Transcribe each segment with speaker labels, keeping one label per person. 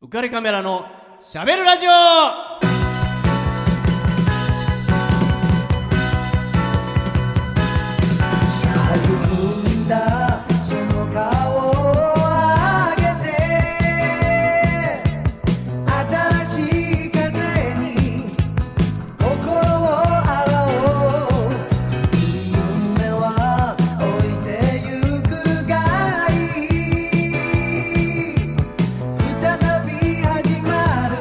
Speaker 1: 浮かれカメラのしゃべるラジオ
Speaker 2: 「みんなその顔を上げて」「新しい風に心を洗おう」「いい夢は置いてゆくがいい」「再び始まる」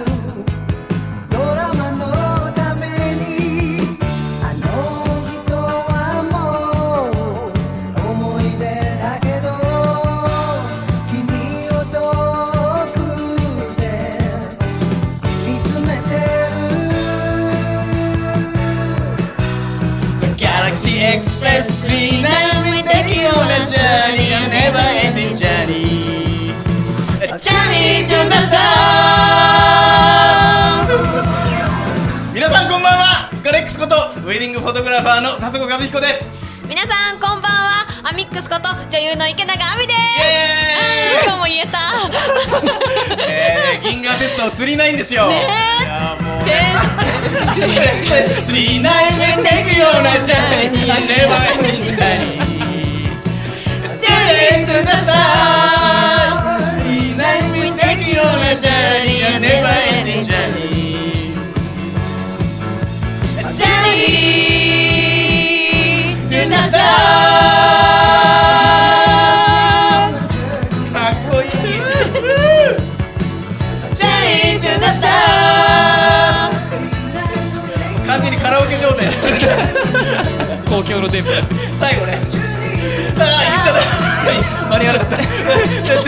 Speaker 2: ドラマのためにあの人はもう思い出だけど君を遠くで見つめて
Speaker 3: The Galaxy Express 3 Now we take you on a journey A never ending journey A journey to the sun
Speaker 1: 皆さんこんばんはガレックスことウェディングフォトグラファーの田底和彦です
Speaker 4: 皆さんこんばんはアミックスこと女優の池永亜美です
Speaker 1: イエーイ
Speaker 4: あー今日も言えた
Speaker 1: えー、銀河テストの3ないんですよ、
Speaker 4: ね
Speaker 1: いやーもう
Speaker 4: テンション
Speaker 3: 3 Now we take you on a journey A never ending journey A journey to the sun Three Now we take you on a journey A never ending journey A journey to the sun
Speaker 1: かっこいい
Speaker 3: Journey to the stars
Speaker 1: 完全にカラオケ状態
Speaker 3: 公共の電波
Speaker 1: 最後ねあー言っちゃった間に合わなかった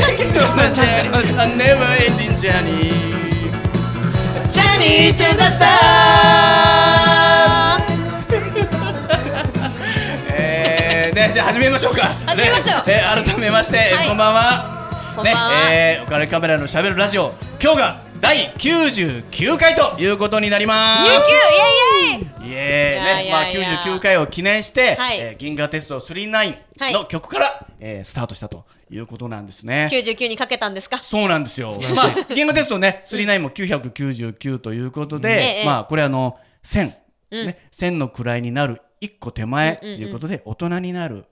Speaker 1: Take you on a journey A never ending journey
Speaker 3: Journey to the stars
Speaker 1: えー、ね、じゃあ始めましょうか。
Speaker 4: 始めましょう
Speaker 1: ねえー改めまして、
Speaker 4: はい
Speaker 1: こんばんは。
Speaker 4: こんばんは
Speaker 1: ね、えー、おかれカメラのしゃべるラジオ、今日が第99回ということになります。
Speaker 4: 有給イエイイエイ
Speaker 1: イエーイ
Speaker 4: や
Speaker 1: ね
Speaker 4: い
Speaker 1: まあ
Speaker 4: やいや
Speaker 1: 99回を記念して、
Speaker 4: はい
Speaker 1: えー銀河テスト39の曲から、えースタートしたということなんですね。
Speaker 4: 99にかけたんですか
Speaker 1: そうなんですよ。まあ、言語テストね、39も999ということで、
Speaker 4: ええ
Speaker 1: まあ、これあの、1000、
Speaker 4: うん
Speaker 1: ね、1000の位になる一個手前と
Speaker 4: うんうんうん
Speaker 1: いうことで、大人になる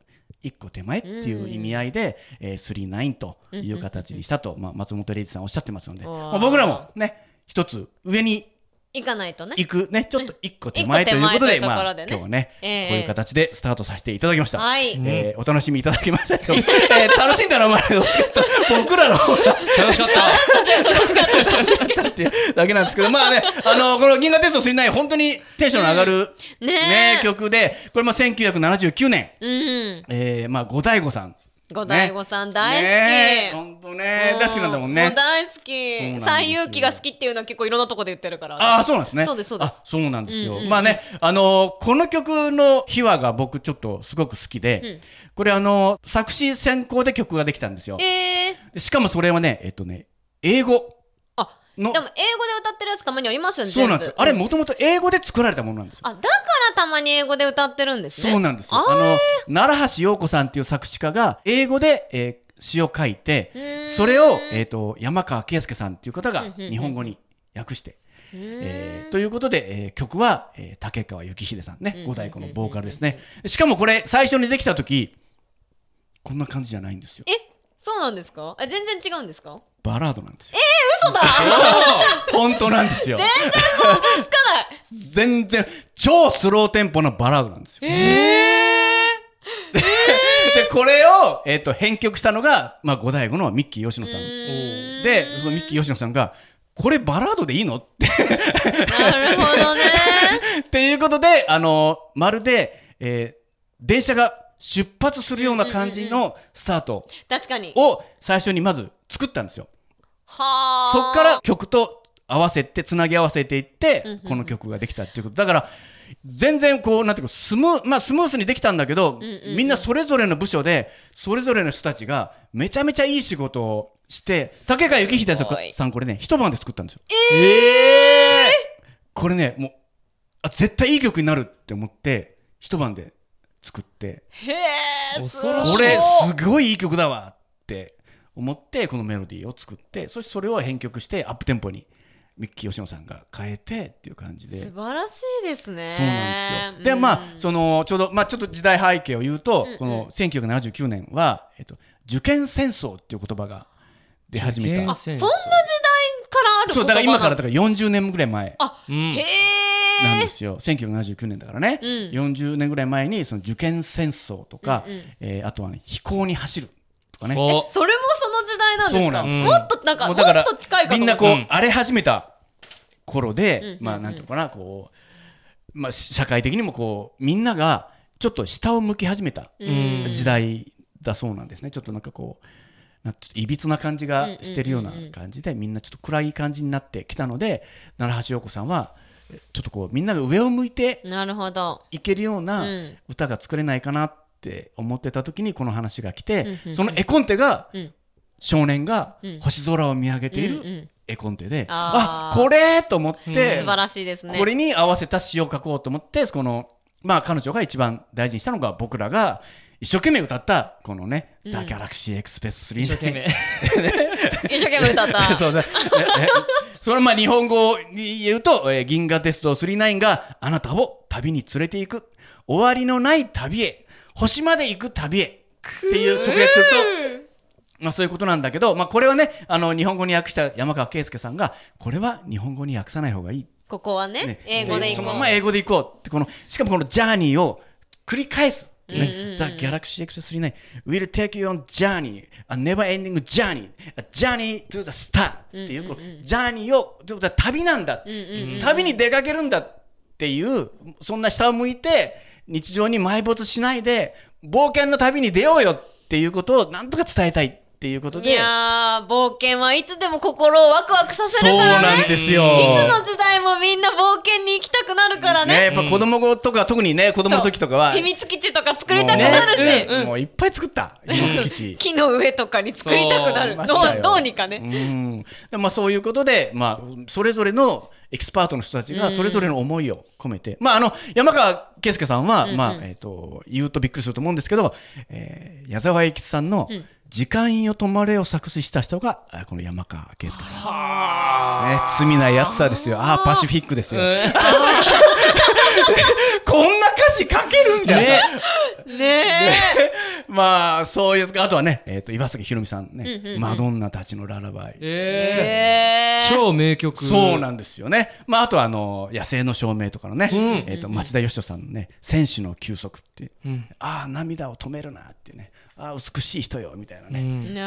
Speaker 1: 一個手前っていう意味合いで、えー、39という形にしたと、まあ、松本零士さんおっしゃってますので、
Speaker 4: おー
Speaker 1: まあ、僕らもね、一つ上に
Speaker 4: 行かないとね
Speaker 1: 行くね、ちょっと一個手前ということで、
Speaker 4: 一個手前というとこ
Speaker 1: まあ、
Speaker 4: ろ
Speaker 1: 今
Speaker 4: でね
Speaker 1: 日はね、
Speaker 4: ええ
Speaker 1: こういう形でスタートさせていただきました。
Speaker 4: はい
Speaker 1: えーお楽しみいただきましたけど、 えー楽しんだらまあどっちかというと僕らの方が
Speaker 3: 楽しかった
Speaker 4: 楽しかった
Speaker 1: っていうだけなんですけど、まあね、あの、この銀河テスト39、本当にテンションの上がる、
Speaker 4: うんねえ
Speaker 1: ね曲で、これも1979年、
Speaker 4: うん
Speaker 1: えー、まあ、五大悟さん。
Speaker 4: 五大悟さん大好き
Speaker 1: ねえ本当ね
Speaker 4: う、
Speaker 1: 大好きなんだもん
Speaker 4: も
Speaker 1: ね
Speaker 4: う。大好
Speaker 1: そうなんで
Speaker 4: き
Speaker 1: すよ
Speaker 4: 最遊記が好きっていうのは結構いろんなとこで言ってるから
Speaker 1: ああ、そうなんですね。
Speaker 4: そうですそうです
Speaker 1: あ、そうなんですよ。
Speaker 4: うんうんうん
Speaker 1: まあね、あのこの曲の秘話が僕ちょっとすごく好きで、
Speaker 4: うん
Speaker 1: これあの作詞先行で曲ができたんですよ。
Speaker 4: えー
Speaker 1: しかもそれはね、えっとね、英語
Speaker 4: あ
Speaker 1: の
Speaker 4: でも英語で歌ってるやつたまにありますよね
Speaker 1: そうなんですよ。あれ
Speaker 4: 全部
Speaker 1: もともと英語で作られたものなんですよ。
Speaker 4: あだからたまに英語で歌ってるんですね
Speaker 1: そうなんですよ。
Speaker 4: あ
Speaker 1: あの奈良橋陽子さんっていう作詞家が英語で、えー詩を書いて
Speaker 4: う、ーん
Speaker 1: それをえっ、と山川圭介さんっていう方
Speaker 4: うん
Speaker 1: が
Speaker 4: うんうん
Speaker 1: 日本語に訳して、
Speaker 4: うーん
Speaker 1: えーということで、えー曲は、えー竹川幸秀さん
Speaker 4: うん
Speaker 1: ね
Speaker 4: う、ん
Speaker 1: 五代子のボーカルですね。しかもこれ最初にできた時こんな感じじゃないんですよ。
Speaker 4: えそうなんですかえ全然違うんですか
Speaker 1: バラードなんですよ。
Speaker 4: 嘘だ
Speaker 1: 本当なんですよ。
Speaker 4: 全然想像つかない
Speaker 1: 全然超スローテンポのバラードなんですよ。でこれを、えー、と編曲したのが、まあ、五代五のミッキー吉野さん
Speaker 4: ーん
Speaker 1: でそのミッキー吉野さんが「これバラードでいいの?」 って
Speaker 4: なるほ どね
Speaker 1: っていうことで、あのまるで、えー電車が出発するような感じのスタート
Speaker 4: 確かに
Speaker 1: を最初にまず作ったんですよ。
Speaker 4: はあ
Speaker 1: そっから曲と合わせてつなぎ合わせていって、
Speaker 4: うんうんうん
Speaker 1: この曲ができたっていうことだから全然こうなんていうかスムー,、まあ、スムースにできたんだけど、
Speaker 4: んうんうん
Speaker 1: みんなそれぞれの部署でそれぞれの人たちがめちゃめちゃいい仕事をして竹川幸秀さん
Speaker 4: すごい
Speaker 1: さんこれね一晩で作ったんですよ。えーこれねもうあ絶対いい曲になるって思って一晩で作って
Speaker 4: へえす
Speaker 3: 恐ろしい
Speaker 1: これすごいいい曲だわって思ってこのメロディーを作ってそしてそれを編曲してアップテンポにミッキー吉野さんが変えてっていう感じで
Speaker 4: 素晴らしいですね
Speaker 1: そうなんですよ。で、まあ、その、ちょうど、まあ、ちょっと時代背景を言うと、この1979年は、えっと、受験戦争っていう言葉が出始め
Speaker 4: あ
Speaker 1: た。
Speaker 4: そんな時代からある
Speaker 1: そう、だから今からだから40年ぐらい前
Speaker 4: あ、
Speaker 2: うん
Speaker 4: へ
Speaker 1: なん
Speaker 4: え
Speaker 1: ですよ。1979年だからね。
Speaker 4: うん
Speaker 1: 40年ぐらい前に、その受験戦争とか、
Speaker 4: うんうん
Speaker 1: えーあとはね、飛行に走るとかね。も
Speaker 2: お
Speaker 4: それもその時代なんですか
Speaker 1: そうなん
Speaker 2: です
Speaker 4: もっとなんかも
Speaker 1: うだから
Speaker 4: っと近いかと
Speaker 1: みん
Speaker 4: 思っ
Speaker 1: な
Speaker 4: た
Speaker 1: こう、
Speaker 2: うん
Speaker 1: 荒れ始めた頃で、
Speaker 4: うんうんうん
Speaker 1: まあ、なんていうのかな、こう、まあ、社会的にもこう、みんながちょっと下を向き始めた。
Speaker 4: うん
Speaker 1: 時代だそうなんですね、ちょっとなんかこうなんかちょっといびつな感じがしてるような
Speaker 4: うんうんうんうん
Speaker 1: 感じで、みんなちょっと暗い感じになってきたので奈良橋陽子さんはえちょっとこうみんなが上を向いて
Speaker 4: なるほど
Speaker 1: いけるよう
Speaker 4: う
Speaker 1: なん歌が作れないかなって思ってた時にこの話が来
Speaker 4: うんう
Speaker 1: て
Speaker 4: ん、うん
Speaker 1: その絵コンテが、
Speaker 4: うん
Speaker 1: 少年が
Speaker 4: うん
Speaker 1: 星空を見上げてい
Speaker 4: うんう
Speaker 1: る
Speaker 4: ん
Speaker 1: 絵コンテで、あ
Speaker 4: あー
Speaker 1: これと思って、
Speaker 4: 素晴らしいですね
Speaker 1: これに合わせた詩を書こうと思ってこの、まあ、彼女が一番大事にしたのが僕らが一生懸命歌ったこのね「
Speaker 4: うん
Speaker 1: ザ・ギャラクシー・エクスプレス3」
Speaker 2: 一生懸 命
Speaker 4: 一生懸命歌っ た
Speaker 1: そうそうねねそれはまあ日本語に言うと「えー銀河鉄道999」があなたを旅に連れていく終わりのない旅へ星まで行く旅へっていう直訳するとまあ、そういうことなんだけど、まあ、これはねあの日本語に訳した山川圭介さんがこれは日本語に訳さない方がいい
Speaker 4: ここはね
Speaker 1: ね
Speaker 4: 英語でい
Speaker 1: そ
Speaker 4: こう
Speaker 1: のまま英語で行こうってこのしかもこのジャーニーを繰り返すって
Speaker 4: うんうんう
Speaker 1: ね
Speaker 4: ん
Speaker 1: The Galaxy X 39 Will take you on journey A never ending journey A journey to the star っていう
Speaker 4: うん
Speaker 1: こ
Speaker 4: うんうん
Speaker 1: うジャーニーをちょっと旅なんだ
Speaker 4: うんうんうん
Speaker 1: 旅に出かけるんだっていうそんな下を向いて日常に埋没しないで冒険の旅に出ようよっていうことをなんとか伝えたいっていうこと
Speaker 4: い
Speaker 1: で
Speaker 4: やー冒険はいつでも心をワクワクさせるからね
Speaker 1: ですよ
Speaker 4: いつの時代もみんな冒険に行きたくなるから
Speaker 1: ねや
Speaker 4: ね
Speaker 1: っぱ子供とか特にね子供の時とかは
Speaker 4: 秘密基地とか作りたくなるし、
Speaker 2: ねうん
Speaker 1: もういっぱい作った秘密基地
Speaker 4: 木の上とかに作りたくなる
Speaker 1: あり
Speaker 4: ど
Speaker 1: ました
Speaker 4: う
Speaker 1: よ
Speaker 4: どうにかね、
Speaker 1: うんでまあ、そういうことで、まあ、それぞれのエキスパートの人たちがそれぞれの思いを込めて、まあ、あの山川圭介さんは、まあえー、と言うとびっくりすると思うんですけど、えー矢沢永吉さんの
Speaker 4: うん
Speaker 1: 「時間よ止まれ」を作詞した人があこの山川圭介さんで
Speaker 2: は
Speaker 1: すね。罪ないやつさですよ。ああーパシフィックです
Speaker 2: ー
Speaker 1: よ。
Speaker 2: うん
Speaker 1: こんな歌詞書けるみたいな。
Speaker 4: ね
Speaker 1: まあそういうあとはね、えー、と岩崎宏美さんね、
Speaker 4: うんうんうん
Speaker 1: マドンナたちのララバイ」
Speaker 4: え
Speaker 2: え
Speaker 4: へ
Speaker 2: ー
Speaker 4: ー
Speaker 2: 超名曲
Speaker 1: そうなんですよね。まあ、あとはあの野生の証明とかのね、
Speaker 2: う
Speaker 1: えっ、と町田義人さんのね、戦士の休息っていう、
Speaker 2: うん
Speaker 1: ああ涙を止めるなっていうね、ああ美しい人よみたいなね。
Speaker 2: うん
Speaker 4: ね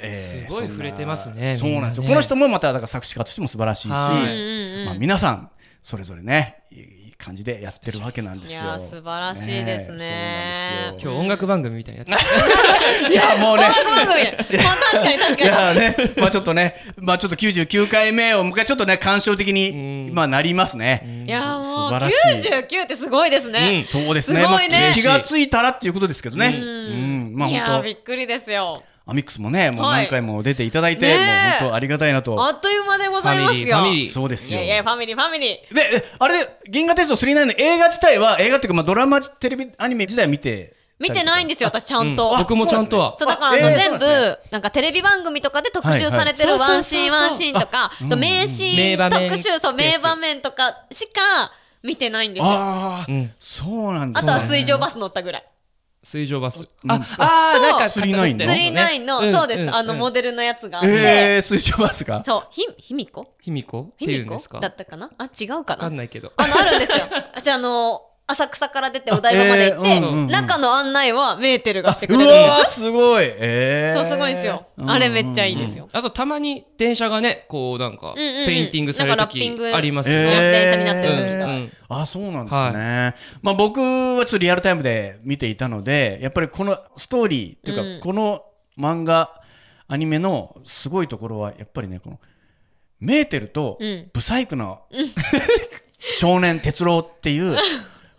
Speaker 1: えー
Speaker 2: す
Speaker 1: そ
Speaker 2: ごい
Speaker 1: んな
Speaker 2: 触れてますね
Speaker 1: そうなんですよ。
Speaker 2: みんなね
Speaker 1: この人もまただから作詞家としても素晴らしいし、
Speaker 2: はい
Speaker 4: うんうん
Speaker 1: まあ皆さんそれぞれね、いい感じでやってるわけなんで
Speaker 4: い
Speaker 1: すよ。
Speaker 4: やー素晴らしいですね
Speaker 1: えそうなんです
Speaker 2: 今
Speaker 1: よ
Speaker 2: 日音楽番組みたいになってる
Speaker 1: いやもうね。
Speaker 4: ごめんごめんごめんまあ確かに確
Speaker 1: い
Speaker 4: か
Speaker 1: やね、まあちょっとね、まあちょっと99回目を迎え、ちょっとね、感傷的に、
Speaker 2: うん
Speaker 1: まあなりますね。
Speaker 4: にいやーもう
Speaker 1: 素晴らしい
Speaker 4: 99ってすごいですね、
Speaker 1: そうですね。
Speaker 4: すごいね
Speaker 1: まあ気がついたらっていうことですけどね。うん、まあ
Speaker 4: いやー
Speaker 1: 本
Speaker 4: びっくりですよ
Speaker 1: 当アミックスもね、もう
Speaker 4: はい
Speaker 1: 何回も出ていただいて、
Speaker 4: ねえ
Speaker 1: もう本当ありがたいなと。
Speaker 4: あっという間でございますよ
Speaker 2: ファミリーファミリー
Speaker 1: そうです
Speaker 4: い
Speaker 1: よ。
Speaker 4: やいやファミリーファミリー
Speaker 1: で、えあれで銀河鉄道999の映画自体は映画っていうかまあドラマテレビアニメ自体は見て
Speaker 4: 見てないんですよ私ちゃんと、
Speaker 1: あ
Speaker 2: 僕もちゃんとは
Speaker 4: そうだからあの、
Speaker 1: えー
Speaker 4: 全
Speaker 1: そうなん
Speaker 4: 部なんかテレビ番組とかで特集されて
Speaker 2: は
Speaker 4: る
Speaker 2: いはい
Speaker 4: ワンシーンワンシーンとか、そう名シー
Speaker 2: 名場
Speaker 4: ン
Speaker 2: 面
Speaker 4: 特集そう
Speaker 2: ってやつ
Speaker 4: 名場面とかしか見てないんですよ。あ
Speaker 1: ああ、
Speaker 2: うん
Speaker 1: そうなんです
Speaker 4: と
Speaker 1: ね
Speaker 4: は水上バス乗ったぐらい。
Speaker 2: 水上バス
Speaker 1: ん
Speaker 2: ああー
Speaker 4: そう
Speaker 2: なんか
Speaker 1: 釣りないんだ
Speaker 4: 釣
Speaker 1: よ
Speaker 4: りナインの、そうです、あのモ
Speaker 2: デ
Speaker 4: デルのやつがあって、
Speaker 1: えー、水上バスが
Speaker 4: そうひひみこ
Speaker 2: ル卑弥呼って
Speaker 4: ひ
Speaker 2: い
Speaker 4: み
Speaker 2: うんで
Speaker 4: こ
Speaker 2: すか
Speaker 4: だったかなあ違うか
Speaker 2: わか
Speaker 4: なん
Speaker 2: ないけど
Speaker 4: あのあるんですよ。私あの浅草から出てお台場まで行って、
Speaker 1: えーうんうんうん
Speaker 4: 中の案内はメーテルがしてく
Speaker 1: う
Speaker 4: れるんで
Speaker 1: わー
Speaker 4: す。
Speaker 1: すごいえー
Speaker 4: そうすごいんですよ。あれめっちゃいいですよ。
Speaker 2: あとたまに電車がねこうなんか
Speaker 4: うんうんうん
Speaker 2: ペインティングされる
Speaker 4: なんかラッピン
Speaker 2: 時
Speaker 4: グ
Speaker 2: あります
Speaker 1: え
Speaker 2: よ
Speaker 1: ー
Speaker 2: ね
Speaker 4: 電車になってる
Speaker 2: 時とかうんうん
Speaker 1: あそうなんですね、まあ、僕はちょっとリアルタイムで見ていたのでやっぱりこのストーリーっていうか、
Speaker 4: うん
Speaker 1: この漫画アニメのすごいところはやっぱりねこのメーテルと
Speaker 4: うん
Speaker 1: ブサイクな、少年哲郎っていう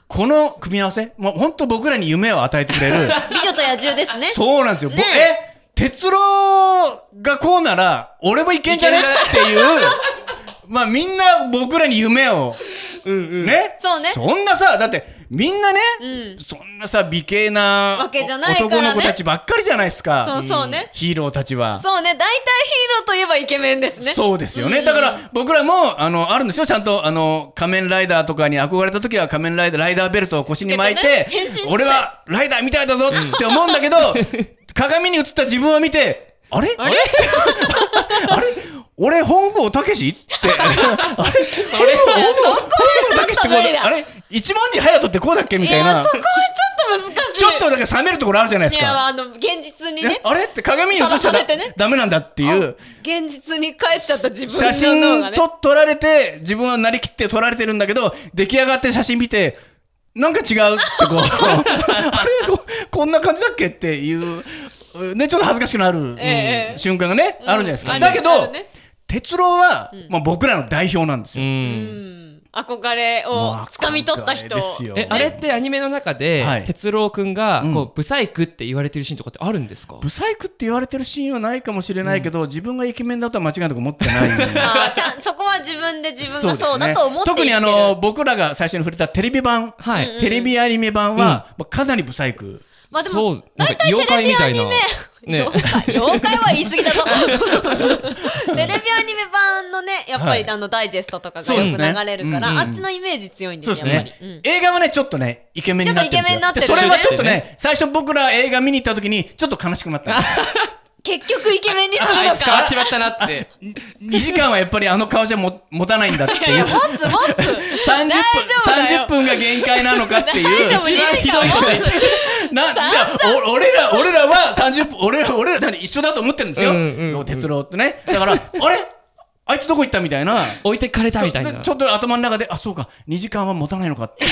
Speaker 1: この組み合わせもう本当僕らに夢を与えてくれる
Speaker 4: 美女と野獣ですね。
Speaker 1: そうなんですよ、ぼ
Speaker 4: ね
Speaker 1: え哲郎がこうなら俺もいけんじゃね
Speaker 2: いける
Speaker 1: っていう まあみんな僕らに夢を
Speaker 2: うんうん
Speaker 1: ね
Speaker 4: そうね
Speaker 1: そんなさだってみんなね、
Speaker 4: うん
Speaker 1: そんなさ美形な
Speaker 4: わけじゃないからね
Speaker 1: 男の子たちばっかりじゃないですか
Speaker 4: そうそうね
Speaker 1: んヒーローたちは
Speaker 4: そうね大体ヒーローといえばイケメンですね
Speaker 1: そうですよね、
Speaker 4: うん
Speaker 1: だから僕らもあのあるんですよちゃんとあの仮面ライダーとかに憧れた時は仮面ライダーライダーベルトを腰に巻いて
Speaker 4: つけてね変身して
Speaker 1: 俺はライダーみたいだぞって思うんだ けど、鏡に映った自分を見てあれあれ あれ俺本郷武史 ってあれそれ
Speaker 4: いやそこはちょっと無理だ
Speaker 1: あれ一文字隼人ってこうだっけみ
Speaker 4: い
Speaker 1: たい
Speaker 4: や
Speaker 1: な
Speaker 4: そこはちょっと難しい
Speaker 1: ちょっとだけ冷めるところあるじゃないで
Speaker 4: い
Speaker 1: すか
Speaker 4: やあの現実にね
Speaker 1: あれって鏡に映し
Speaker 4: さ
Speaker 1: た
Speaker 4: ら
Speaker 1: ら
Speaker 4: されてね
Speaker 1: ダメなんだっていう
Speaker 4: 現実に帰っちゃった自分
Speaker 1: 写
Speaker 4: の脳が
Speaker 1: 真
Speaker 4: ね
Speaker 1: と撮られて自分はなりきって撮られてるんだけど出来上がって写真見てなんか違うって こうあれここんな感じだっけっていうねちょっと恥ずかしくなる、うん
Speaker 4: ええ
Speaker 1: 瞬間がね、
Speaker 4: うん
Speaker 1: あるじゃないですか、
Speaker 4: ある
Speaker 1: だけ
Speaker 4: あ
Speaker 1: ど、
Speaker 4: るね
Speaker 1: 哲郎は、まあ、僕らの代表なんです
Speaker 2: う
Speaker 1: よ、
Speaker 2: ん。
Speaker 4: 憧れを掴み取った
Speaker 1: も
Speaker 4: 人
Speaker 1: う憧れですよ
Speaker 2: え、あれってアニメの中で、
Speaker 1: はい
Speaker 2: 哲郎くんが、
Speaker 1: うん
Speaker 2: こう、ブサイクって言われてるシーンとかってあるんですか
Speaker 1: ブサイクって言われてるシーンはないかもしれないけど、自分がイケメンだとは間違いなく思ってない
Speaker 4: あーちゃんそこは自分で自分がそうだと思って
Speaker 1: そうですね特にあ
Speaker 4: 生きてる
Speaker 1: の僕らが最初に触れたテレビ版、
Speaker 2: はい。
Speaker 4: うん
Speaker 1: テレビアニメ版は、まあ、かなりブサイク
Speaker 4: まあで
Speaker 2: そ
Speaker 4: も
Speaker 2: うなんか
Speaker 4: 大体
Speaker 2: 妖
Speaker 4: テレ
Speaker 2: 怪
Speaker 4: ビ
Speaker 2: み
Speaker 4: ア
Speaker 2: たい
Speaker 4: ニ
Speaker 2: な
Speaker 4: メ
Speaker 2: ね
Speaker 4: 妖怪妖怪は言い過ぎ だぞテレビアニメ版のねやっぱ
Speaker 1: は
Speaker 4: り
Speaker 1: い
Speaker 4: あのダイジェストとかが
Speaker 1: そうで
Speaker 4: よ
Speaker 1: す
Speaker 4: く
Speaker 1: ね
Speaker 4: 流れるから、
Speaker 1: うんうん
Speaker 4: あっちのイメージ強いんです
Speaker 1: そう
Speaker 4: よ
Speaker 1: です
Speaker 4: やっぱり
Speaker 1: ね、、
Speaker 4: うん
Speaker 1: 映画はねちょっとねイケメンになってるんですよ
Speaker 4: ちょっとイケメンになってる
Speaker 1: でそれはちょっと
Speaker 2: そうです
Speaker 1: ね最初僕ら映画見に行った時にちょっと悲しくなったん ですよ
Speaker 4: 結局イケメンにする
Speaker 2: あ
Speaker 4: の
Speaker 2: いつ変わ
Speaker 4: か
Speaker 2: っちまったな って。
Speaker 1: 2時間はやっぱりあの顔じゃも持たないんだって
Speaker 4: い
Speaker 1: いう
Speaker 4: や持つ持つ
Speaker 1: 30,
Speaker 4: 大
Speaker 1: 分
Speaker 4: 丈
Speaker 1: 30
Speaker 4: 夫だよ
Speaker 1: 分が限界なのかってい
Speaker 4: 大丈
Speaker 1: う
Speaker 4: 夫一番ひどい
Speaker 2: 人が
Speaker 4: いて
Speaker 1: なじゃあお俺ら俺らは30分俺ら俺らだって一緒だと思ってるんですよ、
Speaker 2: うんうんうん
Speaker 1: 哲郎ってねだからあれあいつどこ行ったみたいな
Speaker 2: 置いてかれたみたい
Speaker 1: そう
Speaker 2: な。
Speaker 1: ちょっと頭の中であそうか2時間は持たないのかって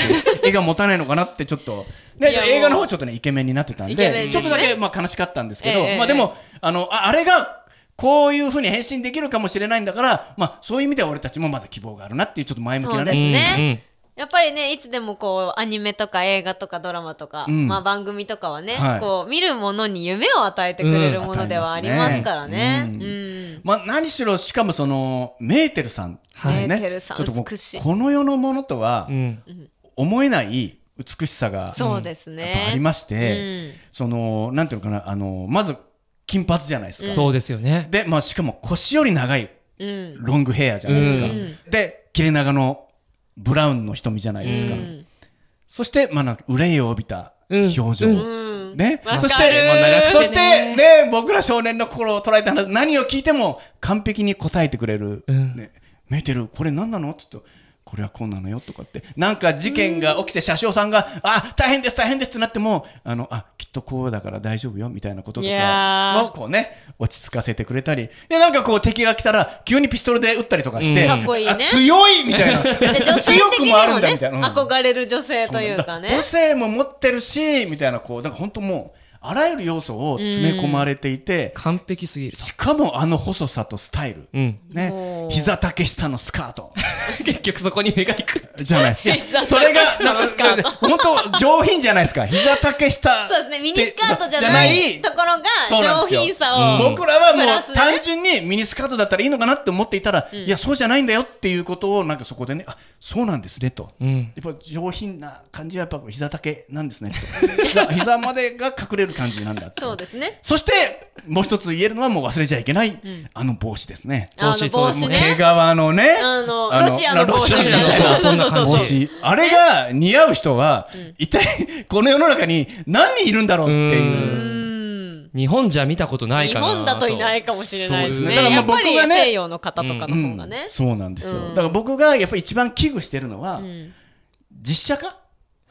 Speaker 1: 映画持たないのかなってちょっとね
Speaker 4: いやもう
Speaker 1: 映画の方ちょっとねイケメンになってたん
Speaker 4: イケメン
Speaker 1: で
Speaker 4: に
Speaker 1: ちょっとだけまあ悲しかったんですけ
Speaker 4: えええ
Speaker 1: ど
Speaker 4: え
Speaker 1: まあでもあのああれがこういうふうに変身できるかもしれないんだからまあそういう意味では俺たちもまだ希望があるなっていうちょっと前向きな
Speaker 4: そうです
Speaker 1: ね
Speaker 4: ねやっぱりねいつでもこうアニメとか映画とかドラマとか、
Speaker 1: うん
Speaker 4: まあ、番組とかはね、
Speaker 1: はい
Speaker 4: こう見るものに夢を与えてくれるものではありますからね。
Speaker 1: うん与
Speaker 4: うん
Speaker 1: まあ何しろしかもそのメーテルさん
Speaker 4: はい
Speaker 1: ね
Speaker 4: メーテルさん
Speaker 1: ちょっともう
Speaker 4: 美しい
Speaker 1: この世のものとは
Speaker 2: うん。うん。
Speaker 1: 思えない美しさがやっ
Speaker 4: そうですね。
Speaker 1: ぱありまして。
Speaker 4: うん
Speaker 1: そのなんていうのかなあのまず金髪じゃないですか、
Speaker 2: そうですよね。
Speaker 1: で、まあ、しかも腰より長い
Speaker 4: うん
Speaker 1: ロングヘアじゃないですか、
Speaker 2: うん
Speaker 1: で切れ長のブラウンの瞳じゃないですか、
Speaker 4: うん
Speaker 1: そして、まあ、なんか憂いを帯びた表情、
Speaker 2: う
Speaker 4: うん
Speaker 1: ね
Speaker 4: わかる
Speaker 1: そして
Speaker 2: まあ長くて
Speaker 1: そ
Speaker 2: ね
Speaker 1: してね僕ら少年の心を捉えた話何を聞いても完璧に答えてくれる、
Speaker 2: うん
Speaker 1: ね、メーテルこれ何なのって言うとこれはこうなのよとかってなんか事件が起きて車掌さんが「あ大変です大変です」ってなってもあのあきっとこうだから大丈夫よみたいなことと
Speaker 4: いや
Speaker 1: か
Speaker 4: ー
Speaker 1: をこうね落ち着かせてくれたりでなんかこう敵が来たら急にピストルで撃ったりとかして、
Speaker 2: うん
Speaker 4: かっこいいね
Speaker 1: あ強いみたいな
Speaker 4: で女性
Speaker 1: 強
Speaker 4: 的
Speaker 1: く
Speaker 4: に
Speaker 1: もある
Speaker 4: も
Speaker 1: んだ
Speaker 4: ね
Speaker 1: みたいな、うん
Speaker 4: 憧れる女性というか
Speaker 1: そうなんだ
Speaker 4: ね
Speaker 1: 母。性も持ってるしみたいなこうだから本当もうあらゆる要素を詰め込まれていて、
Speaker 2: 完璧すぎる。
Speaker 1: しかもあの細さとスタイル、
Speaker 2: うん。
Speaker 1: ね
Speaker 4: もう
Speaker 1: 膝丈下のスカート
Speaker 2: 結局そこに目が行く。
Speaker 1: じゃないです
Speaker 4: 膝
Speaker 1: か
Speaker 4: 丈
Speaker 1: それが
Speaker 4: 下のスカート
Speaker 1: なんか本当上品じゃないですか膝丈下
Speaker 4: そうですねミニスカートじゃ
Speaker 1: じゃ
Speaker 4: な
Speaker 1: ないい
Speaker 4: ところ
Speaker 1: そう
Speaker 4: が
Speaker 1: な
Speaker 4: 上
Speaker 1: んですよ
Speaker 4: 品さを。
Speaker 1: 僕らは
Speaker 4: プラス
Speaker 1: も
Speaker 4: ね
Speaker 1: う単純にミニスカートだったらいいのかなって思っていたら、いやそうじゃないんだよっていうことをなんかそこでねあそうなんですねと、
Speaker 2: うん。
Speaker 1: やっぱ上品な感じはやっぱ膝丈なんですね と膝膝までが隠れる感じなんだって
Speaker 4: そうですね。
Speaker 1: そしてもう一つ言えるのはもう忘れちゃいけない、あの帽子ですね。
Speaker 4: あ
Speaker 2: 帽
Speaker 4: の
Speaker 2: 子
Speaker 4: 帽
Speaker 2: そ
Speaker 4: 子
Speaker 2: う
Speaker 1: 毛
Speaker 4: ね。
Speaker 1: 皮のね
Speaker 4: あのロシアの帽子
Speaker 1: ロシアの
Speaker 2: みたいなそうそんな感じ
Speaker 1: 帽子あれが似合う人は、一体この世の中に何人いるんだろうっていう
Speaker 2: う
Speaker 4: う
Speaker 2: ー
Speaker 4: ん
Speaker 2: 日本じゃ見たことない
Speaker 4: 日
Speaker 2: かなと。
Speaker 4: 本だといないかもしれないです
Speaker 1: そう
Speaker 4: ね。
Speaker 1: ですねだ
Speaker 4: やっ
Speaker 1: からまあ
Speaker 4: ぱり
Speaker 1: 僕がね
Speaker 4: 西洋の方とかの
Speaker 1: う
Speaker 4: 方
Speaker 1: ん
Speaker 4: がね。
Speaker 1: そうなんですよ、
Speaker 4: うん
Speaker 1: だから僕がやっぱり一番危惧してるのは、
Speaker 4: うん
Speaker 1: 実写化これ
Speaker 2: 最近流行ってる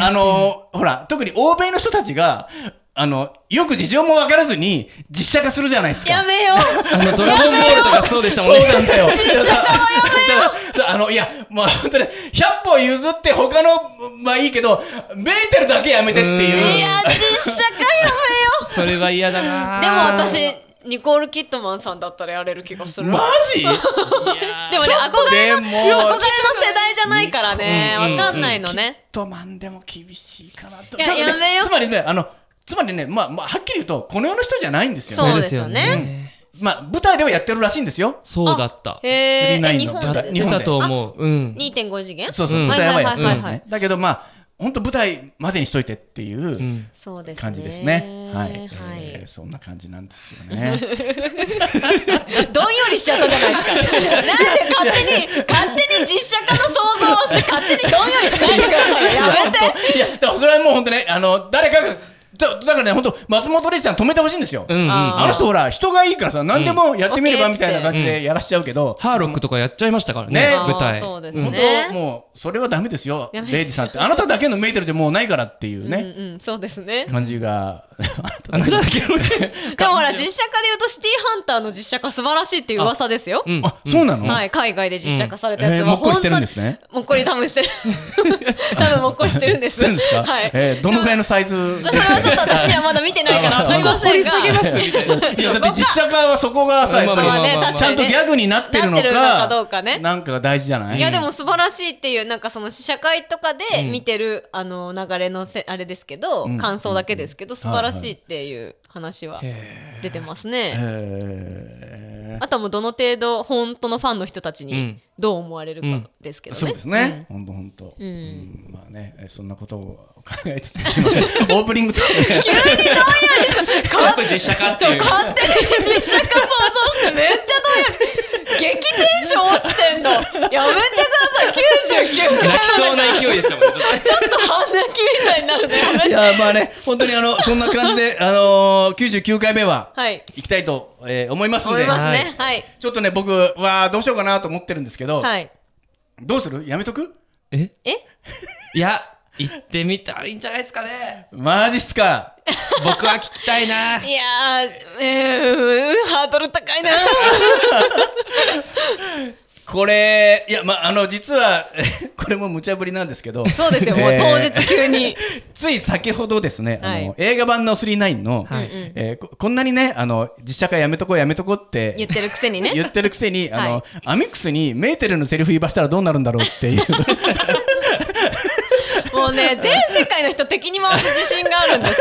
Speaker 1: はあのほら特に欧米の人たちがあのよく事情も分からずに実写化するじゃないですか
Speaker 4: やめよ
Speaker 2: あの、ドラゴンボールとかそうでしたもん
Speaker 1: そう
Speaker 2: ね。
Speaker 1: なんだよ。
Speaker 4: 実写化
Speaker 1: だ
Speaker 4: は
Speaker 1: からそうあの、いや、まあ、本当に、100歩譲って他の、まあいいけど、メーテルだけやめてって
Speaker 4: う
Speaker 1: いう。
Speaker 4: いや、実写化や
Speaker 2: それは嫌だな。
Speaker 4: めようでも私、ニコール・キットマンさんだったらやれる気がする。でも
Speaker 1: マ
Speaker 4: ね、
Speaker 1: ジ
Speaker 4: 憧れの、
Speaker 1: で
Speaker 4: 憧れの
Speaker 1: も
Speaker 4: 世代じゃないからね。
Speaker 2: うん
Speaker 4: わかんないのね。
Speaker 1: トマンでも厳しいかなと。
Speaker 4: いや
Speaker 1: 多分ね
Speaker 4: やめよう
Speaker 1: つまりね、あの、つまりね、まあ、まあ、はっきり言うと、この世の人じゃないんですよ
Speaker 4: そう
Speaker 1: ね。
Speaker 4: ですよね。
Speaker 1: まあ、舞台ではやってるらしいんですよ。
Speaker 5: そうだった。
Speaker 4: へ
Speaker 1: 39
Speaker 4: ええ
Speaker 1: の
Speaker 4: 日
Speaker 5: や
Speaker 4: 本
Speaker 5: っ
Speaker 4: で
Speaker 1: 日
Speaker 5: て
Speaker 1: 本
Speaker 5: たと思う。うん。
Speaker 4: 2.5次元
Speaker 1: そうそう、
Speaker 5: うん
Speaker 1: 舞台はやってますね。
Speaker 4: はいはいはいは
Speaker 1: だけど、まあ、本当舞台までにしといてっていう。
Speaker 5: うん。
Speaker 4: そうですね
Speaker 1: 感じですね。はい、
Speaker 4: は
Speaker 1: えー
Speaker 4: い
Speaker 1: そんな感じなんですよね。
Speaker 4: どんよりしちゃったじゃないですかなんで勝手に勝手に実写化の想像をして勝手にどんよりしないでくださいよやめて
Speaker 1: いや、だからそれはもう本当ね、あの、誰かが、だだからね、本当松本零士さん止めてほしいんですよ。
Speaker 5: うんうん。
Speaker 4: あー
Speaker 1: あの人ほら、人がいいからさ、何でもやってみれば
Speaker 4: うん
Speaker 1: みたいな感じ
Speaker 5: オッケーっつっ
Speaker 1: でやらしちゃうけど、
Speaker 5: ハーロックとかやっちゃいましたからね、
Speaker 1: ね
Speaker 5: 舞
Speaker 4: あー
Speaker 5: 台。
Speaker 4: そうです
Speaker 5: ん
Speaker 1: 本
Speaker 4: ね
Speaker 1: 当もう、それはダメですよ、
Speaker 4: やめ
Speaker 1: 零士さんって。あなただけのメーテルじゃもうないからっていうね、
Speaker 4: うんうんそうですね
Speaker 1: 感じが、あなた
Speaker 5: あなただけの
Speaker 4: でもほら実写化で言うとシティハンターの実写化素晴らしいっていう噂ですよ、
Speaker 5: うん
Speaker 1: あ、そうなの、
Speaker 4: はい海外で実写化されたや
Speaker 1: え
Speaker 4: つ
Speaker 1: ー、
Speaker 4: は
Speaker 1: もっこりしてるん
Speaker 4: に
Speaker 1: ですね。
Speaker 4: もっこり多分し てる多分もっこりしてるんで
Speaker 1: し
Speaker 4: す
Speaker 1: てるんですか、
Speaker 4: はい、
Speaker 1: えーどのぐらいのサイズ
Speaker 4: まあそれはちょっと私にはまだ見てないから分かりませんが
Speaker 1: いやだって実写化はそこがさ、やっぱり
Speaker 5: まあ
Speaker 4: ね
Speaker 5: まあまあ
Speaker 4: 確
Speaker 1: ち
Speaker 4: か
Speaker 1: ゃ
Speaker 4: に
Speaker 1: んと
Speaker 4: ね
Speaker 1: ギャグになってるの
Speaker 4: なってるの
Speaker 1: か、
Speaker 4: かどうかね
Speaker 1: なんかが大事じゃない
Speaker 4: いやでも素晴らしいっていうなんかその試写会とかで見てる、あの流れのせあれですけど、
Speaker 1: うん
Speaker 4: 感想だけですけど、素晴らしいっていう話は
Speaker 5: へ
Speaker 4: 出てますね、
Speaker 1: え
Speaker 4: あとはもうどの程度本当のファンの人たち
Speaker 5: う
Speaker 4: に
Speaker 5: ん
Speaker 4: どう思われるかですけ
Speaker 1: ー
Speaker 4: どね、
Speaker 1: そうですね。本当本当。
Speaker 4: うん
Speaker 1: うんまあね、えーそんなことを考えつつ、すみませ ん。オープニングとかね
Speaker 5: ストップ実写化って
Speaker 4: うん勝手に実写化想像してめっちゃどうやる激テンション落ち てんのやめてください99回
Speaker 5: 泣きそうな勢いでしたもんね。
Speaker 4: ちょっと半泣きみたいになるのやめ
Speaker 1: い
Speaker 4: て
Speaker 1: やまあね、本当にあのそんな感じで、あのー、99回目は
Speaker 4: はい
Speaker 1: 行きたいと、えー思いますん
Speaker 4: 思
Speaker 1: で
Speaker 4: い、ますねはい
Speaker 1: ちょっとね僕はどうしようかなと思ってるんですけど、
Speaker 4: はい
Speaker 1: どうする？やめとく？
Speaker 5: え
Speaker 4: え
Speaker 5: いや、行ってみたらいいんじゃないですかね。
Speaker 1: マジっすか？
Speaker 5: 僕は聞きたいな。
Speaker 4: いやー、えー、ハードル高いな
Speaker 1: これいやまああの実は これも無茶ぶりなんですけど。
Speaker 4: そうですよ、もう
Speaker 1: えー
Speaker 4: 当日急に。
Speaker 1: つい先ほどですね、
Speaker 4: はい
Speaker 1: あの映画版の39の、
Speaker 5: はい
Speaker 4: うんうん
Speaker 1: えーここんなにねあの実写化やめとこうやめとこうって
Speaker 4: 言ってるくせにね。
Speaker 1: 言ってるくせ に、あの
Speaker 4: はい
Speaker 1: アミックスにメーテルのセリフ言わしたらどうなるんだろう っていう
Speaker 4: もうね、全世界の人敵に回す自信があるんです。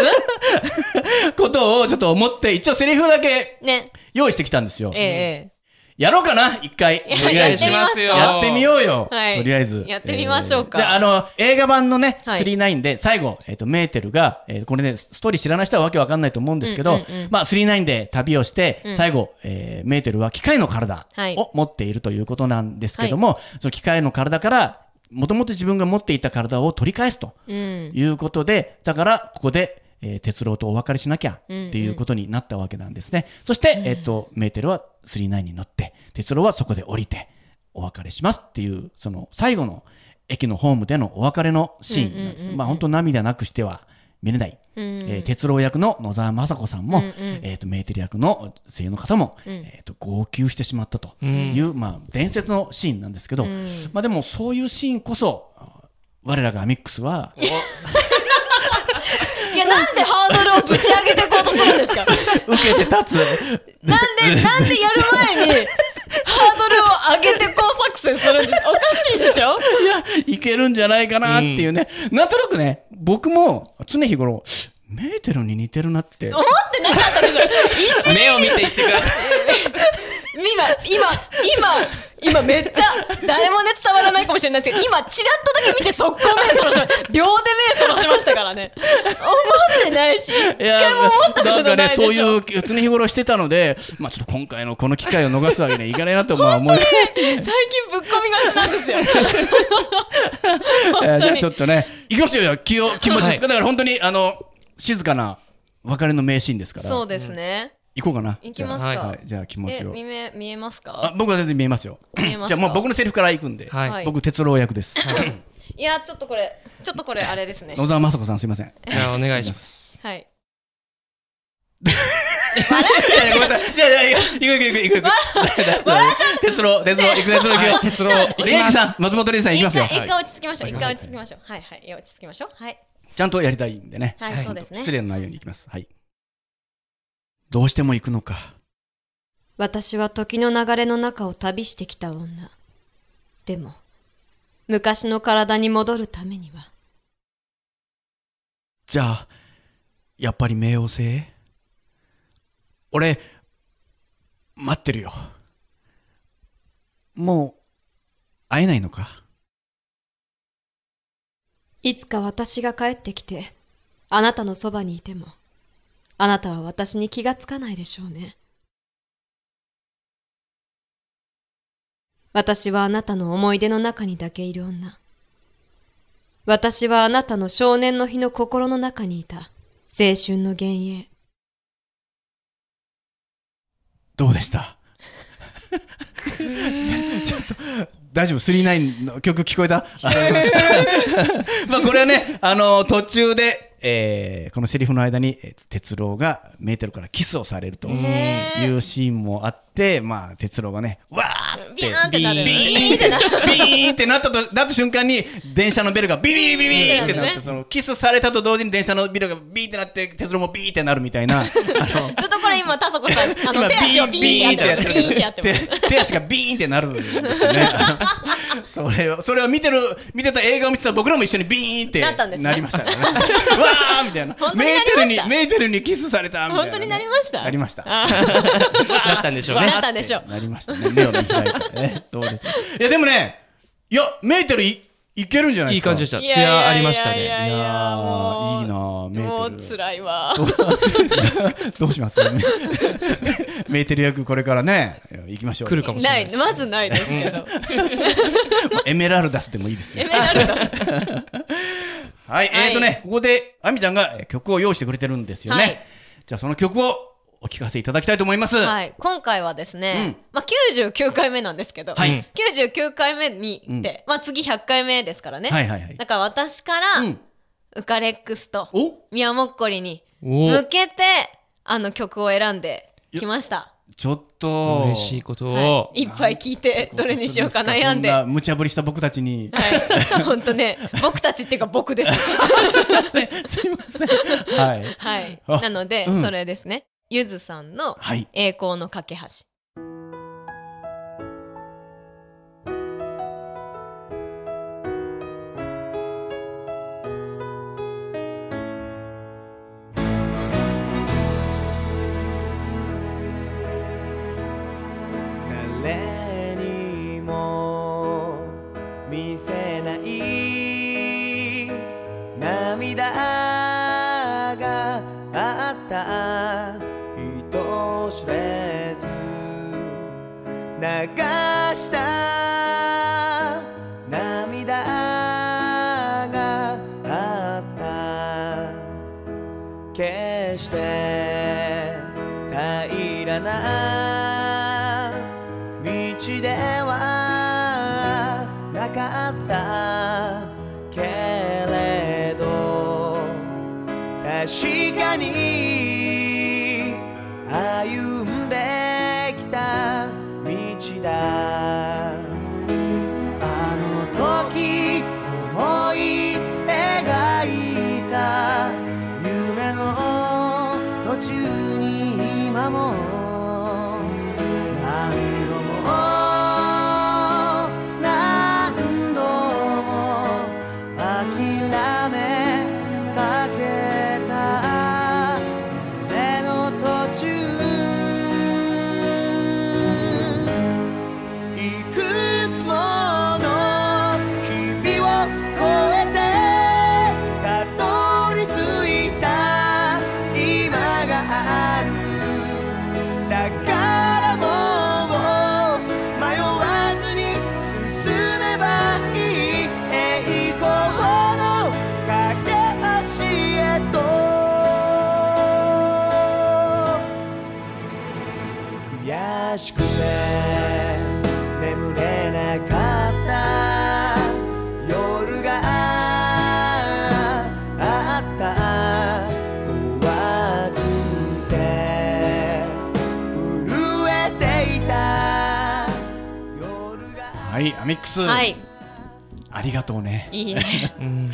Speaker 1: ことをちょっと思って一応セリフだけ
Speaker 4: ね。
Speaker 1: 用意してきたんですよ。
Speaker 4: ええ
Speaker 1: やろうかな一回
Speaker 4: ええ
Speaker 1: とりあえず
Speaker 5: やってみますよ
Speaker 1: やってみようよ、
Speaker 4: はい
Speaker 1: とりあえず
Speaker 4: やってみましょうか
Speaker 1: であの映画版のね「
Speaker 4: はい
Speaker 1: 39」で最後、えっとメーテルが、えーこれねストーリー知らない人はわけわかんないと思うんですけど、
Speaker 4: うんうんうん
Speaker 1: まあ、39で旅をして、
Speaker 4: うん
Speaker 1: 最後、えーメーテルは機械の体
Speaker 4: はい
Speaker 1: を持っているということなんですけども、その機械の体からもともと自分が持っていた体を取り返すと
Speaker 4: うん。
Speaker 1: いうことで、だからここで、えー哲郎とお別れしなきゃっていうことになったわけなんですね。そして、えっ、と、メーテルは39に乗って、哲郎はそこで降りてお別れしますっていう、その最後の駅のホームでのお別れのシーンなんです。
Speaker 4: うんうんうんうん
Speaker 1: まあ本当涙なくしては見れない。
Speaker 4: うん
Speaker 1: えー哲郎役の野沢雅子さんも、
Speaker 4: うんうん
Speaker 1: えー、とメーテル役の声優の方も、
Speaker 4: うん
Speaker 1: えー、と号泣してしまったという、まあ、伝説のシーンなんですけど、
Speaker 4: うん
Speaker 1: まあ、でもそういうシーンこそあ我らがアミックスは
Speaker 4: いや、なんでハードルをぶち上げていこうとする んですか
Speaker 1: 受けて立
Speaker 4: なんで、なんでやる前に、ハードルを上げてこう作戦するんですおかしいでしょ
Speaker 1: ついけるんじゃないかなっていうね、なんとなくね僕も常日頃メーテルに似てるなって
Speaker 4: 思ってなかったでしょ一
Speaker 5: 目を見ていってください。
Speaker 4: 今、今、今、今めっちゃ、誰もね伝わらないかもしれないですけど、今、チラッとだけ見て速攻目そらしました。秒で目そらしましたからね。思ってないし、一
Speaker 1: いや
Speaker 4: 回も思った
Speaker 1: な
Speaker 4: こと
Speaker 1: んか
Speaker 4: ない
Speaker 1: ね
Speaker 4: でしょ。
Speaker 1: そういう常日頃してたので、まあ、ちょっと今回のこの機会を逃すわけにはいかないなとまあ思い
Speaker 4: 最近ぶっ込みがちなんです よ。
Speaker 1: えーじゃあちょっとね、いきますよ、気を、気持ちつ
Speaker 5: は
Speaker 1: か、
Speaker 5: い
Speaker 1: だから本当に、あの、静かな別れの名シーンですから、
Speaker 4: そうですね。
Speaker 1: 行こうかな。
Speaker 4: 行きます
Speaker 5: じゃあ
Speaker 4: か。
Speaker 1: はい、じゃあ気持
Speaker 4: え、
Speaker 1: ちを
Speaker 4: 見。え、見えます
Speaker 1: あ
Speaker 4: か
Speaker 1: 僕は全然見えますよ。
Speaker 4: 見えますか
Speaker 1: じゃあもう僕のセリフから行くんで、
Speaker 5: はい
Speaker 4: はい
Speaker 1: 僕、哲郎役です。
Speaker 4: いや、ちょっとこれ、ちょっとこれあれですね
Speaker 1: 野。沢雅子さん、すいません。
Speaker 5: じゃあお願いします。
Speaker 4: はい。
Speaker 1: いやいやごめんなさい。じゃあ、じゃあ、行く行く行く行く行く。笑っちゃう。哲郎、哲郎、行く哲郎行くよ。
Speaker 5: 哲郎
Speaker 4: ちょっと、
Speaker 1: 礼二さん、松本零士さん行き
Speaker 4: 一
Speaker 1: ますよ
Speaker 4: 回、。一回落ち着きましょう。一
Speaker 1: はい
Speaker 4: 回落ち着きましょう。はいはい。いや落ち着きましょう。はい。
Speaker 1: ちゃんとやりたいんでね。
Speaker 4: はい
Speaker 5: はい
Speaker 4: そうですね
Speaker 1: 失礼のないように行きます。はい。どうしても行くのか。
Speaker 4: 私は時の流れの中を旅してきた女。でも、昔の体に戻るためには、
Speaker 1: じゃあ、やっぱり冥王星俺、待ってるよもう会えないのか
Speaker 4: いつか私が帰ってきて、あなたのそばにいても、あなたは私に気がつかないでしょうね。私はあなたの思い出の中にだけいる女。私はあなたの少年の日の心の中にいた青春の幻影。
Speaker 1: どうでしたちょっと大丈夫39の曲聞こえたまあこれはねあの途中で、えーこのセリフの間にえー哲郎がメーテルからキスをされると
Speaker 4: へー
Speaker 1: いうシーンもあってまあ哲郎がねわーって
Speaker 4: ビーンってなる。
Speaker 1: ビーンってなったビーンってなったとなった瞬間に電車のベルがビリビリビリビリってなってそのキスされたと同時に電車のビルがビーンってなって鉄郎もビーンってなるみたいなあの
Speaker 4: ずっとこれ今、田底さん、あの
Speaker 1: 今
Speaker 4: 手足をビーンってやってます。ビーンってやってます。
Speaker 1: 手手足がビーンってなるんです ねそれをそれを見てる見てた映画を見てた僕らも一緒にビーンって
Speaker 4: なったんですね
Speaker 1: なりましたか らねわーみたいな
Speaker 4: 本当にな
Speaker 1: メ
Speaker 4: り
Speaker 1: ー
Speaker 4: ま
Speaker 1: テル
Speaker 4: し
Speaker 1: に
Speaker 4: た
Speaker 1: メーテルにキスされたみたいなね
Speaker 4: 本当になりました
Speaker 1: なりました
Speaker 5: なったんでしょう
Speaker 4: なっ
Speaker 5: ね。
Speaker 4: たんでしょう。
Speaker 1: なりましたね。目を見開いてね。どうでしたいや、でもね、いや、メーテルいいけるんじゃないで
Speaker 5: いい
Speaker 1: すか。
Speaker 5: 感じでし
Speaker 1: い
Speaker 5: た。
Speaker 4: いやい
Speaker 5: ツ
Speaker 4: やいやいや
Speaker 5: ヤありましたね。
Speaker 1: や
Speaker 4: いや
Speaker 1: ー
Speaker 4: もう
Speaker 1: いいなあメ
Speaker 4: も
Speaker 1: ー
Speaker 4: う
Speaker 1: テル。
Speaker 4: 辛いわ。
Speaker 1: どうします メメーテル役これからね、行きましょう。
Speaker 5: 来るかもしれ
Speaker 4: な
Speaker 5: ない
Speaker 4: い、まずないですけど。
Speaker 1: まあエメラルダスでもいいです
Speaker 4: エ
Speaker 1: よ
Speaker 4: メ。ラルド。
Speaker 1: はい、
Speaker 4: はい
Speaker 1: えーとね、ここで、あみちゃんがえー曲を用意してくれてるんですよね。
Speaker 4: はい
Speaker 1: じゃあ、その曲をお聴かせいただきたいと思います。
Speaker 4: はい、今回はですね、まあ99回目なんですけど、
Speaker 1: はい
Speaker 5: うん
Speaker 4: 99回目にって、まあ次100回目ですからね。
Speaker 1: はいはいはい
Speaker 4: だから私か
Speaker 1: う
Speaker 4: ら
Speaker 1: ん、
Speaker 4: ウカレックスと
Speaker 1: お
Speaker 4: ミヤモッコリに
Speaker 5: お
Speaker 4: 向けて、あの曲を選んできました。
Speaker 1: ちょっ
Speaker 5: お
Speaker 1: と。
Speaker 5: 嬉しいこと
Speaker 4: は
Speaker 5: を
Speaker 4: い、いっぱい聞いて、どれにしようか悩んで。
Speaker 1: そ
Speaker 4: は
Speaker 1: な無茶ぶりした僕たちに。
Speaker 4: い、本当ね、僕たちっていうか 僕です。
Speaker 1: すいません。はい。
Speaker 4: はい。
Speaker 1: あ
Speaker 4: なので、
Speaker 1: うん
Speaker 4: それですね。ゆずさんの
Speaker 1: はい。
Speaker 4: 栄光の架け橋。
Speaker 2: 誰にも見せない涙があった人知れず流した涙があった決して平らな道ではなかったけれど確かに歩んできた道だあの時思い描いた夢の途中に今も何度も何度も諦めかけた夢の途中いくつもの日々を越えてたどり着いた今があるだからもう迷わずに進めばいい栄光の架け橋へと悔しくて眠れなかった夜があった怖くて震えていた夜が
Speaker 1: はい、アミックス。
Speaker 4: はい。
Speaker 1: ありがとうね。
Speaker 4: いいね。
Speaker 5: うん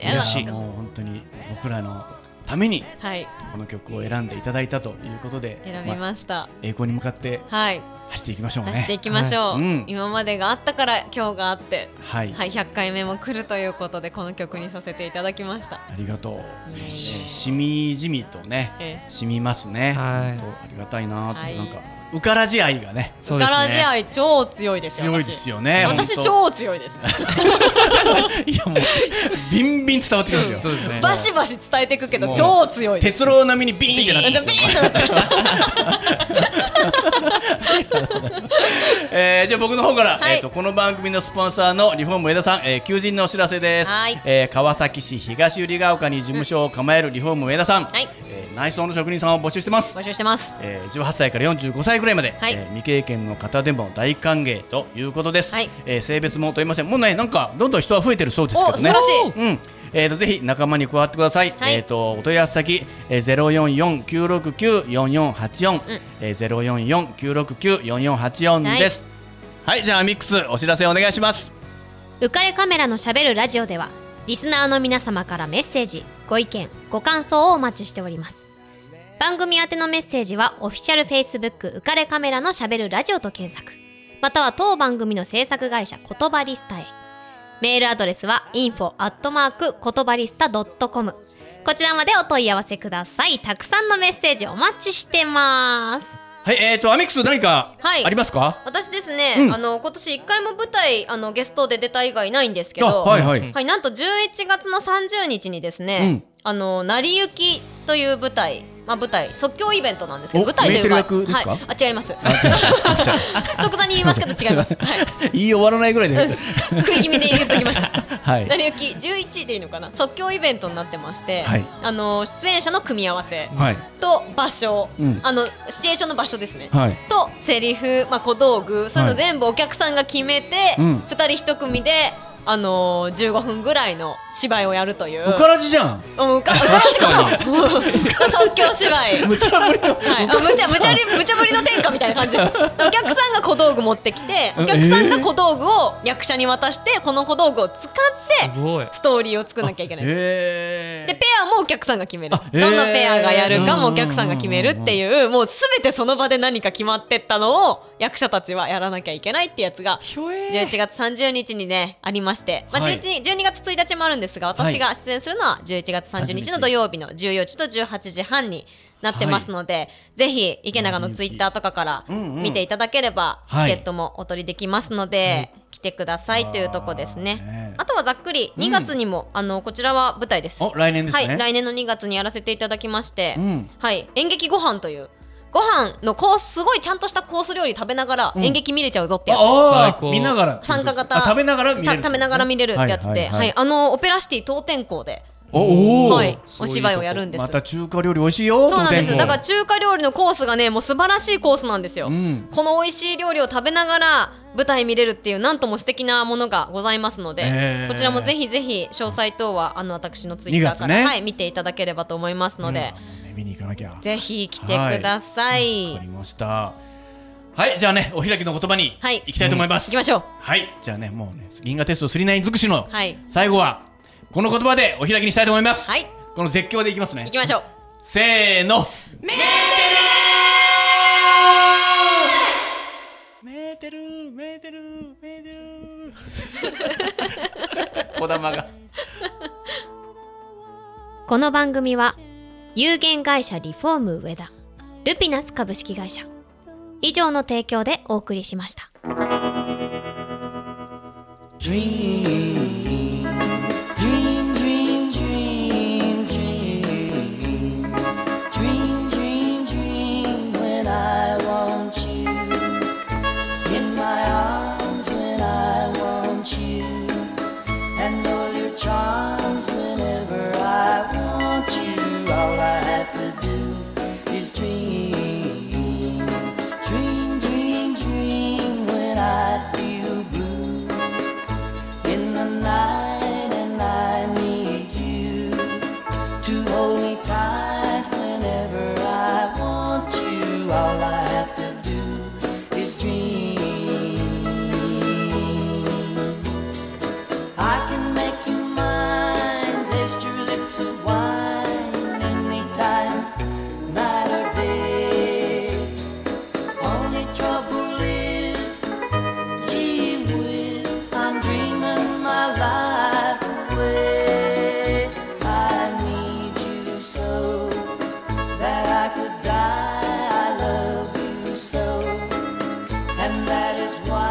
Speaker 4: いや
Speaker 5: 嬉しい
Speaker 1: やもう本当に僕らのために
Speaker 4: はい。
Speaker 1: この曲を選んでいただいたということで、
Speaker 4: 選び
Speaker 1: まあ
Speaker 4: ました。
Speaker 1: 栄光に向かって
Speaker 4: はい。
Speaker 1: 走っていきましょうね。
Speaker 4: 走っていきましょう。
Speaker 1: はいうん
Speaker 4: 今までがあったから今日があって、
Speaker 1: はい、
Speaker 4: はい、100回目も来るということでこの曲にさせていただきました。
Speaker 1: ありがとう。
Speaker 4: いえいえ
Speaker 1: しみじみとね、
Speaker 4: え
Speaker 1: しみますね。
Speaker 5: はい
Speaker 1: 本当ありがたいなと、
Speaker 4: はい
Speaker 1: なんかウカラジ愛がね
Speaker 5: そうです
Speaker 6: ガ
Speaker 5: ね
Speaker 6: ラジ愛超強いですよ。
Speaker 1: 強い
Speaker 6: 私
Speaker 1: ですよね
Speaker 6: 私
Speaker 1: 本当
Speaker 6: 超強い です。
Speaker 1: いやもうビンビン伝わってきます
Speaker 5: そ
Speaker 1: よ
Speaker 5: うですね
Speaker 6: バシバシ伝えていくけど超強いです。
Speaker 1: 鉄郎並みにビーンってなっ
Speaker 6: ビ
Speaker 1: てますよ
Speaker 6: リッとなった
Speaker 1: えーじゃあ僕の方から、
Speaker 6: はい
Speaker 1: えー、とこの番組のスポンサーのリフォーム江田さん、えー求人のお知らせです
Speaker 6: はい、
Speaker 1: えー川崎市東百合ヶ丘に事務所を構えるリフォーム江田さん、
Speaker 6: はい
Speaker 1: えー内装の職人さんを募集してます、
Speaker 6: 募集してます。
Speaker 1: えー18歳から45歳ぐらいまで、
Speaker 6: はい
Speaker 1: えー未経験の方でも大歓迎ということです、
Speaker 6: はい
Speaker 1: えー性別も問いませんもうねなんかどんどん人は増えてるそうですけどね
Speaker 6: お素晴らしい。
Speaker 1: うん。えー、とぜひ仲間に加わってください。
Speaker 6: はい
Speaker 1: えっ、とお問い合わせ先ゼロ四四九六九四四八四
Speaker 6: ん
Speaker 1: ゼロ四四九六九四四八四です。はい、じゃあミックスお知らせお願いします。
Speaker 4: 浮かれカメラのしゃべるラジオではリスナーの皆様からメッセージご意見ご感想をお待ちしております番組宛てのメッセージはオフィシャル Facebook 浮かれカメラのしゃべるラジオと検索または当番組の制作会社言葉リスタへメールアドレスは info アットマーク言葉リスタ .com こちらまでお問い合わせくださいたくさんのメッセージお待ちしてます
Speaker 1: はい、えっ、とアミックス何か
Speaker 4: はい
Speaker 1: ありますか？
Speaker 4: 私ですね、
Speaker 1: うん
Speaker 4: あの今年一回も舞台あのゲストで出た以外ないんですけど、
Speaker 1: あはいはい
Speaker 4: はい、なんと11月の30日にですね、あの成り行きという舞台、まあ舞台即興イベントなんですけど、
Speaker 1: お
Speaker 4: 舞台とい
Speaker 1: メ
Speaker 4: う
Speaker 1: ーテル役ですか
Speaker 4: はい、あ違います。
Speaker 1: あ
Speaker 4: 即座に言いますけど違います。はい、
Speaker 1: 違う言い終わらない ぐらいで。
Speaker 4: 食い気味で言っときました。
Speaker 1: はい
Speaker 4: 成。り行き11でいいのかな、即興イベントになってまして、
Speaker 1: はい
Speaker 4: あの出演者の組み合わせ
Speaker 1: はい
Speaker 4: と場所、
Speaker 1: うん
Speaker 4: あのシチュエーションの場所ですね。
Speaker 1: はい。
Speaker 4: とセリフ、まあ、小道具そういう
Speaker 1: はい
Speaker 4: の全部お客さんが決めて、
Speaker 1: うん
Speaker 4: 二2人1組で、あのー、15分ぐらいの芝居をやるという
Speaker 1: うからじじゃん。
Speaker 4: うんうかうからしかな即興芝 居。
Speaker 1: 無茶ぶりの。
Speaker 4: はい、あむちゃむちゃりむちゃぶりの天下みたいな感じですお客さんが小道具持ってきてお客さんが小道具を役者に渡してこの小道具を使って
Speaker 5: すごい
Speaker 4: ストーリーを作んなきゃいけないです
Speaker 1: え
Speaker 4: でペアもお客さんが決める、
Speaker 1: えー
Speaker 4: どのペアがやるかもお客さんが決めるっていうもうすべてその場で何か決まってったのを役者たちはやらなきゃいけないってやつが11月30日にねありまして、まあ
Speaker 1: はい
Speaker 4: 11 12月1日もあるんですが私が出演するのは11月30日の土曜日の14時と18時半になってますので、ぜひ池永のツイッターとかから
Speaker 1: うんうん
Speaker 4: 見ていただければチケ
Speaker 1: はい
Speaker 4: ットもお取りできますので、来てくださいというとこですね。
Speaker 1: あーね
Speaker 4: あとはざっくり
Speaker 1: うん
Speaker 4: 2月にも、あのこちらは舞台です。
Speaker 1: お来年ですね。
Speaker 4: はい、来年の2月にやらせていただきまして、
Speaker 1: うん
Speaker 4: はい、演劇ご飯というご飯のコースすごいちゃんとしたコース料理食べながら
Speaker 1: ん
Speaker 4: 演劇見れちゃうぞってやつ、
Speaker 1: あ
Speaker 5: 最
Speaker 1: あ
Speaker 5: 高
Speaker 1: 見ながら。
Speaker 4: 参加型
Speaker 1: あ食べながら見れ
Speaker 4: さ
Speaker 1: る。
Speaker 4: 食べながら見れるってやつで、はい
Speaker 1: はいはいはい
Speaker 4: あのオペラシティ東天校で、
Speaker 1: おおー。
Speaker 4: はい、
Speaker 5: そういうとこ
Speaker 4: お芝居をやるんです。
Speaker 1: また中華料理美味しいよ。
Speaker 4: そうなんです
Speaker 1: 当店
Speaker 4: だから中華料理のコースがねもう素晴らしいコースなんですよ、
Speaker 1: うん
Speaker 4: この美味しい料理を食べながら舞台見れるっていうなんとも素敵なものがございますので、
Speaker 1: えー
Speaker 4: こちらもぜひぜひ詳細等はあの私のツイッターから、
Speaker 1: 2月ね
Speaker 4: はい、見ていただければと思いますので、
Speaker 1: うん見に行かなきゃ。
Speaker 4: ぜひ来てください、
Speaker 1: わかりました。はい、じゃあね、お開きの言葉に
Speaker 4: はい
Speaker 1: 行きたいと思います。
Speaker 4: 行きましょう
Speaker 1: はい、じゃあね、もうね、銀河テスト39尽くしの
Speaker 4: はい
Speaker 1: 最後は、この言葉でお開きにしたいと思います。
Speaker 4: はい
Speaker 1: この絶叫でいきますね。
Speaker 4: 行きましょう
Speaker 1: せーの。メーテルーメーテルーメーテル ーメーテルー こだまが。
Speaker 4: この番組は有限会社リフォーム上田ルピナス株式会社以上の提供でお送りしました。
Speaker 2: Dream, dream, dream, dream, dream, dream, dream, dream. When I want you in my arms, when I want you, and all your charms. Whenever I want you, all I have to do is dream, dream, dream, dream. When I feel blue. In the
Speaker 7: eyes wide